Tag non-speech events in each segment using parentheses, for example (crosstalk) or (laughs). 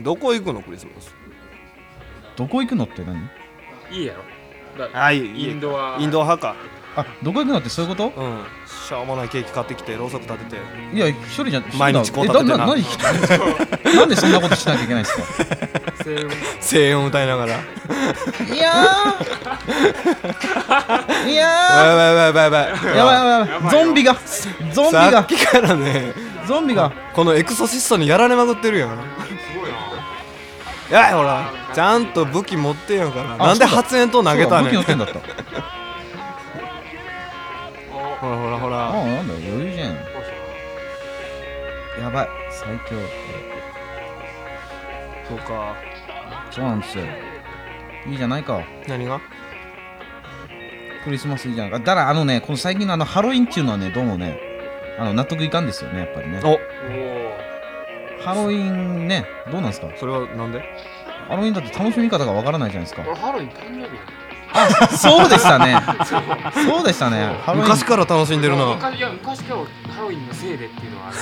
どこ行くのクリスマスどこ行くのって何いいやろだはいインドアインド派かあどこ行くのってそういううことんしょうもないケーキ買ってきてろうそく立てていや一人じゃ毎日こう立ててなえなな何 (laughs) なんでそんなことしなきゃいけないんですか声援声援を歌いながら「いやー (laughs) いややばいやばいやばいーやばいやばいやばいゾンビがゾンビさっがきからねゾンビがこのエクソシストにやられまくってるやんすごいなやいほらちゃんと武器持ってんやからあなんでそうだ発煙筒投げたそうだ武ね器ん乗ほら (laughs) ってんだったおほらほあらあなんだ余裕じゃんやばい最強そうかそうなんですよいいじゃないか何がクリスマスいいじゃないかだからあのねこの最近のあのハロウィンっていうのはねどうもねあの納得いかんですよねやっぱりねおおハロウィンねどうなんですかそれはなんでハロウィンだって楽しみ方がわからないじゃないですかおハロウィン誕生日やあそうでしたね (laughs) なそうでしたねハロウィン昔から楽しんでるな昔いや昔からハロウィンのせいでっていうのはある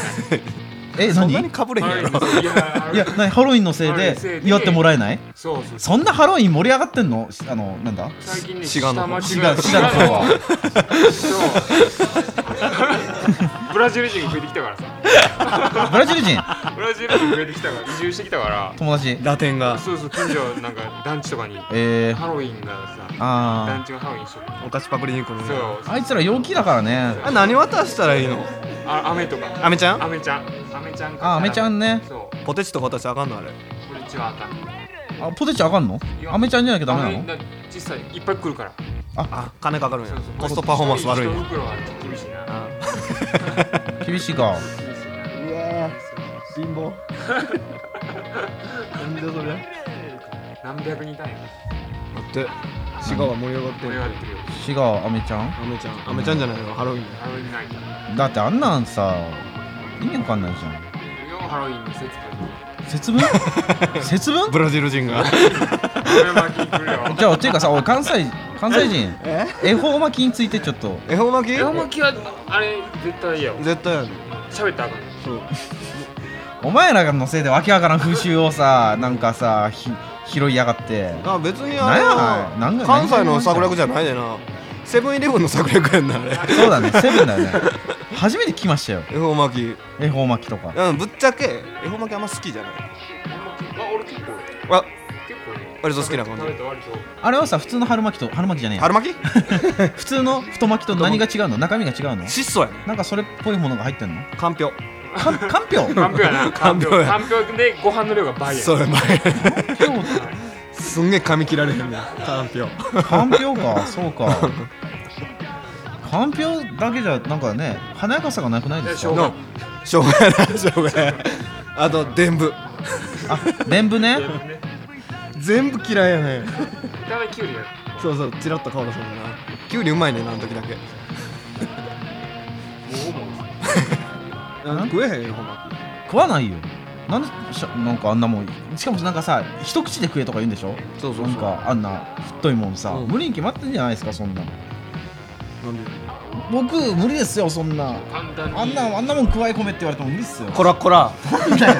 えそんなに何かぶれへんやろいやいやなにハロウィンのせいハロウィでンのせいで祝ってもらえないそうそうそんなハロウィン盛り上がってんのあのなんだ最近ね滋賀の方下違町うが違うの方はそうブラジル人が増えてきたからさブラジル人ブラジル人増えてきたから移住してきたか友達ラテンらがそうそう近所なんか団地とかにえー、ハロウィンがさ団あ地がハロウィンしとるお菓子パクリに来るねそうーあいつら陽気だからねあ何渡したらいいのあ雨とかアメちゃんアメちゃんアメちゃんあアメちゃんねそうポテチとか渡したらあかんのあれこれ一応あかんあポテチあかんのいやアメちゃんじゃなきゃダメなアメのだ実際いっぱい来るからあ金かかるんやそうそうコストパフォーマンス悪い一ね袋は厳しいなあ厳しいか厳しいなうわ貧 (laughs) 乏なんでそれだ何百人単位って滋賀は盛り上がって盛んりの上がってるよ滋賀アメちゃんアメちゃんアメちゃんじゃないのハロウィンだよハロウィンナイトだってあんなんさ意味わかんないじゃよハロウィンの節分ん節 (laughs) 分節分ブラジル人が俺巻き来るよじゃあていうかさ俺関西関西人え恵方巻きについてちょっと恵方巻き恵方巻きはあれ絶対いいよ絶対やね喋ったらあかんそうお前らのせいでわけわからん風習をさなんかさひ拾いやがってあ別になんやあなんれかは関西の策略じゃないでなセブンイレブンの策略やんなあれそうだねセブンだよね初めて来ましたよ恵方巻き恵方巻きとかうんぶっちゃけ恵方巻きあんま好きじゃないあ俺結構あ結構ね割と好きな感じ食べた割とあれはさ普通の春巻きと春巻きじゃねえや春巻き普通の太巻きと何が違うの中身が違うの質素やねなんかそれっぽいものが入ってん (laughs) のかんぴょうかんかんぴょうかかんぴょうやなかんぴょかんぴょううやかんぴょうでご飯の量が倍やそうや前 (laughs) んぴょうすんげえ噛み切られへんねかんぴょうかんぴょうかそう (laughs) かかんぴょうだけじゃなんかね華やかさがなくないですいやかのしょうがやなしょうがやあと全部あ伝部ねね全部嫌いやねただきゅうりやそうそうチラッと顔出すもんなきゅうりうまいねんなあの時だけもうもうなん食えへんよほんま食わないよなんでしゃなんかあんなもんしかもなんかさ一口で食えとか言うんでしょそうそうそうなんかあんな太いもんさ、うん無理に決まってんじゃないですかそんなのなんで僕無理ですよそんな簡単にあんなあんなもん食わい込めって言われても無理っすよこらこら (laughs) なんだよ。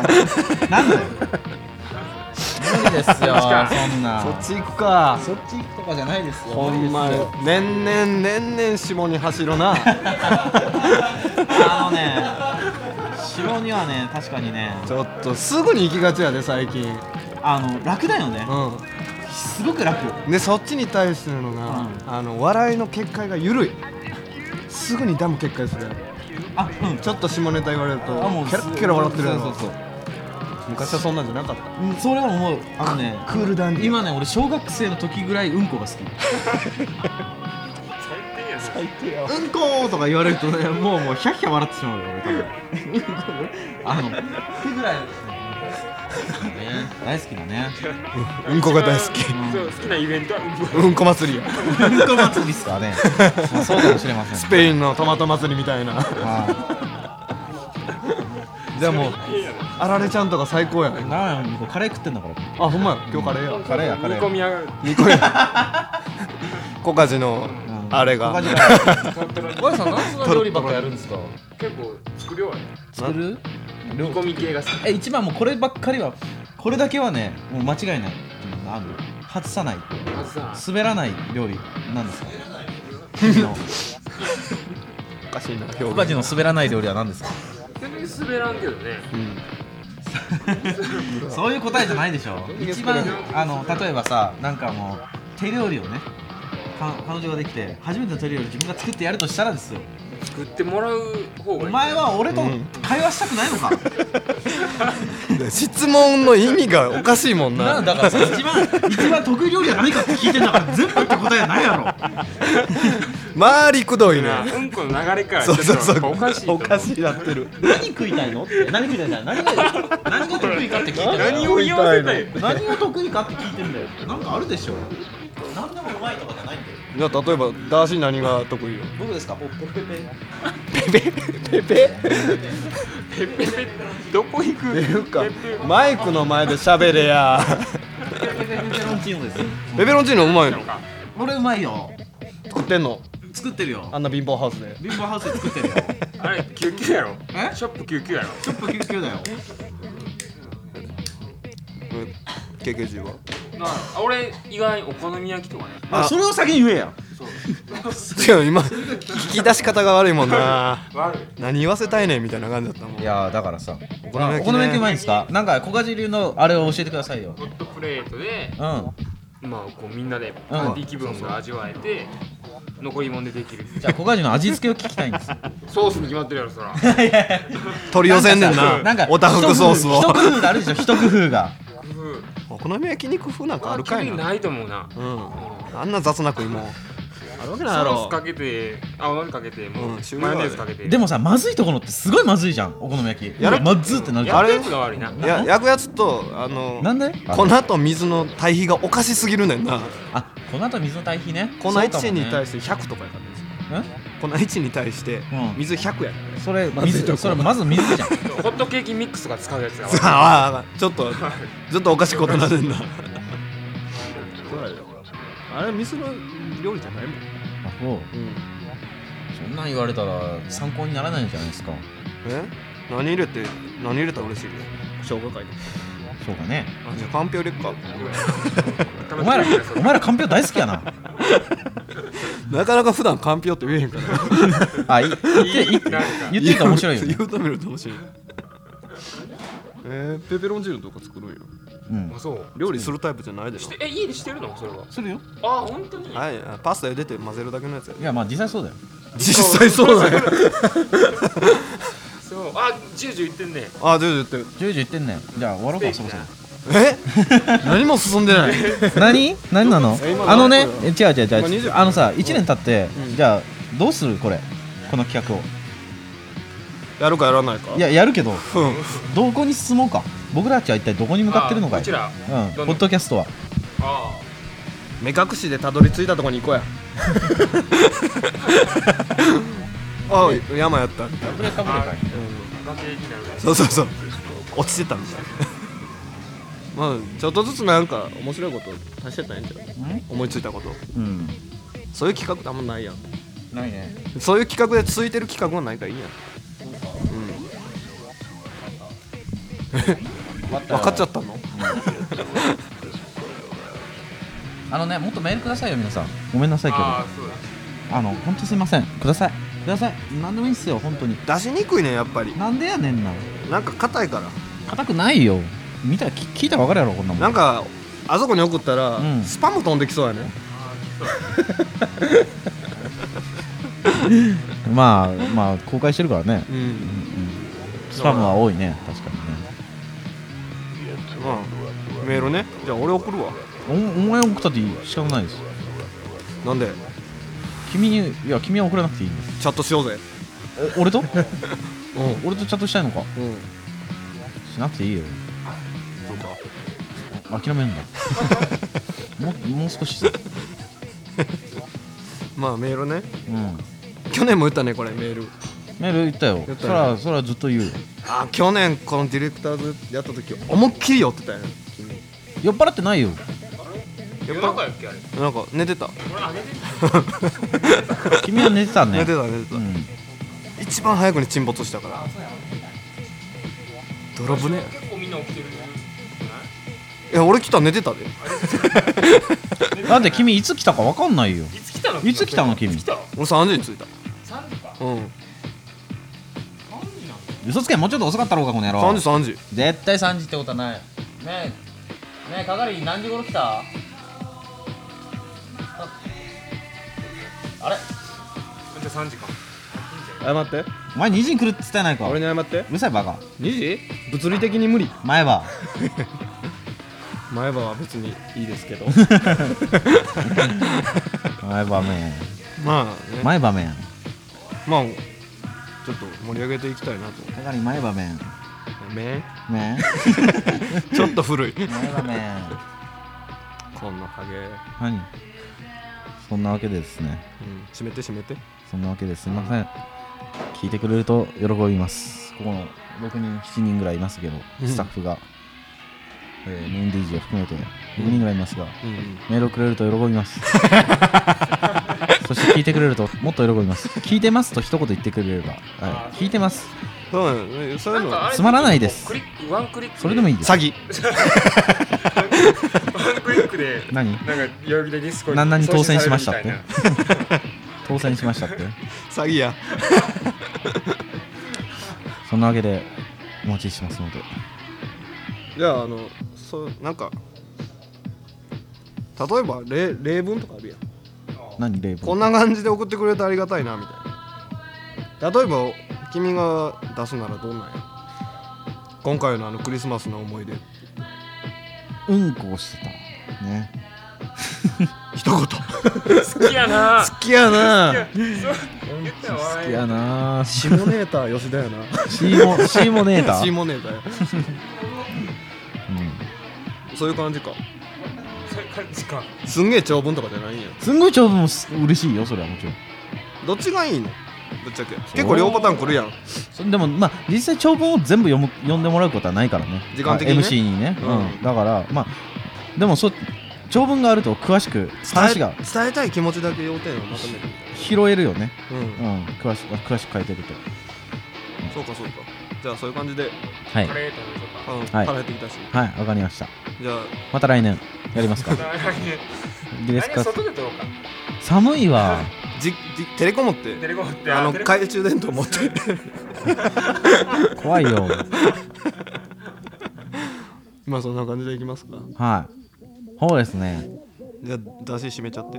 なんだよ。無理 (laughs) ですよ。そんな。そっち行くかそっち行くとかじゃないですよ。ほんま無に理ですよ年々年々下に走るなあのね。城にはね、確かにね、ちょっとすぐに行きがちやで最近あの楽だよね。うすごく楽。んでそっちに対してのが、うんあの笑いの結界が緩いすぐにダム決壊するあ、うん。ちょっと下ネタ言われるとキあ、もう。ャラッキャラ笑ってるやそろうそうそう。昔はそんなんじゃなかったうんそれは思う。あのね。クールダンディ今ね、俺小学生の時ぐらいうんこが好き。最低やなうんこーとか言われるとね、もうもうヒャッヒャ笑ってしまうよ、俺多分。うんこあの、ってぐらいですね。ね大好きだね。うんこが大好きそう好きなイベントはうんこうんこ祭りやうんこ祭りっすかね。まあそうかもしれません。スペインのトマト祭りみたいなはじゃあもういいやなあられちゃんとか最高やねい。なんや、向こうカレー食ってんだから。あほんまや今日カレーやカレーやカ煮レー。込み上がるニコやコカジのうんあれが小梶が小林さん、なんでそんな料理ばっかやるんですか結構作るようやね作る？煮込み系が好きえ一番もうこればっかりはこれだけはねもう間違いないうんあの外さないまずさ滑らない料理なんですかおかしいな僕たちの滑らない料理は何ですか全然滑らんけどねそういう答えじゃないでしょ一番あの例えばさなんかもう手料理をねか彼女ができて初めての手料理を自分が作ってやるとしたらですよ作ってもらう方がおいい前は俺と会話したくないのか、質問の意味がおかしいもんななんだからさ一番一番得意料理は何かって聞いてんだから全部って答えはないやろ周りくどいねなうんこの流れからちそょうっとそうやそうっぱおかしいと思ういなってる何食いたいのって何食いたいんだよ何が何が得意かって聞いてんだよ何を言わせたい何が得意かって聞いてんだよなんかあるでしょ何でもうまいとかじゃないんだよじゃあ例えばダーシー何が得意よ僕ですかおペペペペペペッペッペッどこ行くっていうかペッペッマイクの前で喋れやペペペペロンチーノですペペロンチーノうまいの俺うまいよ作ってんの作ってるよあんな貧乏ハウスで貧乏ハウスで作ってるよあれ救急やろえショップ救急やろちょっと救急だよ経験中はなあ俺意外にお好み焼きとかね (laughs) あそれを先に言えや違う今聞き出し方が悪いもんな悪い何言わせたいねんみたいな感じだったもんいやーだからさお好み焼きね好み焼きうまいんですかなんか小梶流のあれを教えてくださいよホットプレートでうんまあこうみんなでパーティー気分が味わえて残り物でできるじゃあ小梶の味付けを聞きたい (laughs) んですよソースに決まってるやろ (laughs) そらいやいや取り寄せんねんななんかさおたふくソース一工を夫一工夫があるでしょ一工夫がお好み焼き肉風なんかあるかい基本なないと思うなうんあんな雑な食いもんあるわけないやソーろスかけて青のりかけてもううん種類マはあヨるネーズかけてでもさまずいところってすごいまずいじゃんお好み焼きやるまずってなるじゃやんるやつが悪いないや焼くやつとあのなんで粉と水の対比がおかしすぎるねんなあこの後水の対比ね粉1に対しして100とかやからですよて粉1に対してうん水100やか (laughs) それ水それまず水じゃんホットケーキミックスが使うやつが悪らいああちょっとちょっとおかしいことなるんだあれ水の料理じゃないもん、あそうそんなん言われたら参考にならないんじゃないですかえ何入れて何入れたら嬉しいの生姜かいそうかねあじゃあかんぴょう入れっか (laughs) お前ら食べてみるそれお前らかんぴょう大好きやななかなか普段かんぴょうって言えへんからあいい言っていなんか言ってるから面白いよね言うと見ると面白い (laughs) えー、ペペロン汁とか作るんようんあそう料理するタイプじゃないでししょてえ家でしてるのそれはするよあ本当にはいあパスタ茹でて混ぜるだけのやつやいやまあ実際そうだよ実際そう (laughs) だよそうあジュージュー言ってんねあどうぞ言ってジュージュー言ってんねんじゃあ終わろうかそろそろえ (laughs) 何も進んでない何何なのえ今あのね何個え違う違う違う今20あのさ1年経ってうんじゃあどうするこれこの企画を (laughs) やるかやらないかいややるけどうんどこに進もうか僕らたちは一体どこに向かってるのかあいこちらうんどんどんポッドキャストはあ目隠しでたどり着いたとこに行こうや (laughs) あ山やったみたいなブレかぶれかい崖になるそうそうそう落ちてたんだまあちょっとずつなんか面白いこと足してったらええんちゃう思いついたことうんそういう企画あんまないやんないねそういう企画で続いてる企画はないからいいやん分かっちゃったのあのねもっとメールくださいよ皆さんごめんなさいけどあああそうだのほんとすいませんくださいください何でもいいっすよ本当に出しにくいねやっぱりなんでやねんななんか硬いから硬くないよ見たら聞聞いたら分かるやろこんなもんなんかあそこに送ったら、うんスパム飛んできそうやねまあまあ公開してるからねうんスパムは多いね確かにねメールねじゃあ俺送るわおお前送ったっていい仕方ないですなんで君にいや君は送らなくていいんですチャットしようぜえ (laughs) 俺とう俺とチャットしたいのかんうんしなくていいよそうか諦めるんだ (laughs) ももう少しさまあメールねうん去年も言ったねこれメールメール言ったよ言ったそよらそらずっと言うよあ去年このディレクターズやった時思いっきり酔ってたやん酔っ払ってないよ夜中やっけあれなんか寝てた俺あげてる君は寝てた (laughs) ね寝てた寝てた、うん一番早くに沈没したから泥船結構みんな起きてるねいや俺来た寝てた (laughs) でだって君いつ来たか分かんないよいつ来たのいつ来たの君いつ来た俺3時に着いた3時かうん3時なの嘘つけもうちょっと遅かったろうかこの野郎3時3時絶対3時ってことはないねえねえ係何時頃来たああれじゃあ3時か謝ってお前2時に来るっつったやないかう俺に謝ってるさいバカ2時物理的に無理前 (laughs) 歯前歯は別にいいですけど前歯めん (laughs) まあね前歯めんまあちょっと盛り上げていきたいなと係前歯めんめんめんちょっと (laughs) 古い前歯めんこんなハゲうん何そんなわけでですね閉めて閉めてそんなわけですいません聞いてくれると喜びますここの6人7人ぐらいいますけどうんスタッフが、えー、メイン DJ を含めて6人ぐらいいますが、うんメールをくれると喜びますそして聞いてくれるともっと喜びます聞いてますと一言言ってくれれば、はい、聞いてますそうなのねそういなうんのかあはれつまらないですクリックワンクリックそれでもいいです詐欺ワンクリックで何なんか代々木でディスコに何々当選しましたって送信されるみ当選しましたって詐欺やそんなわけでお待ちしてますのでじゃああのそうなんか例えば例例文とかあるやん何例文こんな感じで送ってくれてありがたいなみたいな例えば君が出すならどんなんや今回のあのクリスマスの思い出うんこをしてたね一言好たいな好ききややななぁ言ったよ好笑きいやなぁ下ネーター吉田やなシーモシーモネーター、 (laughs) 下ネーターやうん、そういう感じかそういう感じかすんげえ長文とかじゃないんやすんごい長文もす嬉しいよそれはもちろんどっちがいいのぶっちゃけ結構両パターン来るやんそでもまあ実際長文を全部読む読んでもらうことはないからね時間的にねあ MC にね、うんうんだからまあでもそ長文があると詳しく話が伝え伝えたい気持ちだけ要点をまとめるみ拾えるよね、たいなうんうん、詳しく詳しく書いてるとそうかそうかじゃあそういう感じではいカレー食べましあょうの、はい腹減ってきたしはいわかりましたじゃあまた来年やります (laughs) かか来年で来す年か外で撮ろうか寒いわじじテレコ持ってテレコってあのテレコ懐中電灯持って怖いよまあそんな感じでいきますかはいそうですねじゃあ出し閉めちゃって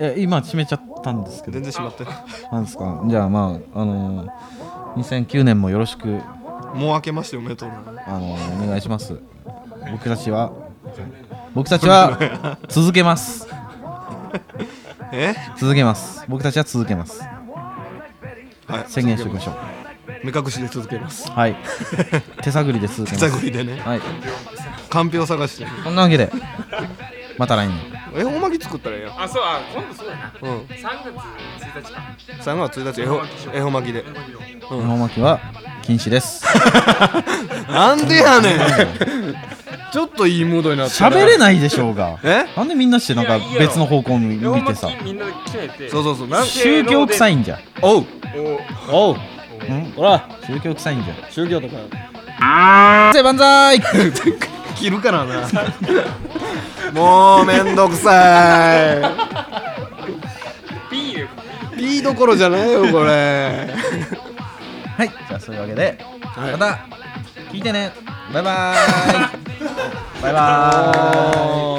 え今閉めちゃったんですけど全然閉まってなんですかじゃあまああのー、2009年もよろしくもう明けましておめでとうなあのお願いします僕たちは僕たちは続けますえ続けます僕たちは続けますはい宣言しておきましょう目隠しで続けますはい手探りで続け手ます探りでねはいかんぴょう探してこんなわけでまた来年恵方巻き作ったらええやんあそうあ今度そうだなうん3月1日か3月1日恵方恵方巻きで恵方巻きは禁止ですなんでやねんちょっといいムードになって喋れないでしょうがえなんでみんなしてなんかいやいいよ別の方向に両見て巻さきみんなで決めてそうそうそうなん宗教臭いんじゃおうおおうんほら宗教臭いんじゃ宗教とかせ万歳切るからなもうめんどくさピーでいピーどころじゃないよこれはいじゃあそういうわけでいまた聞いてねバイバーイバイバーイ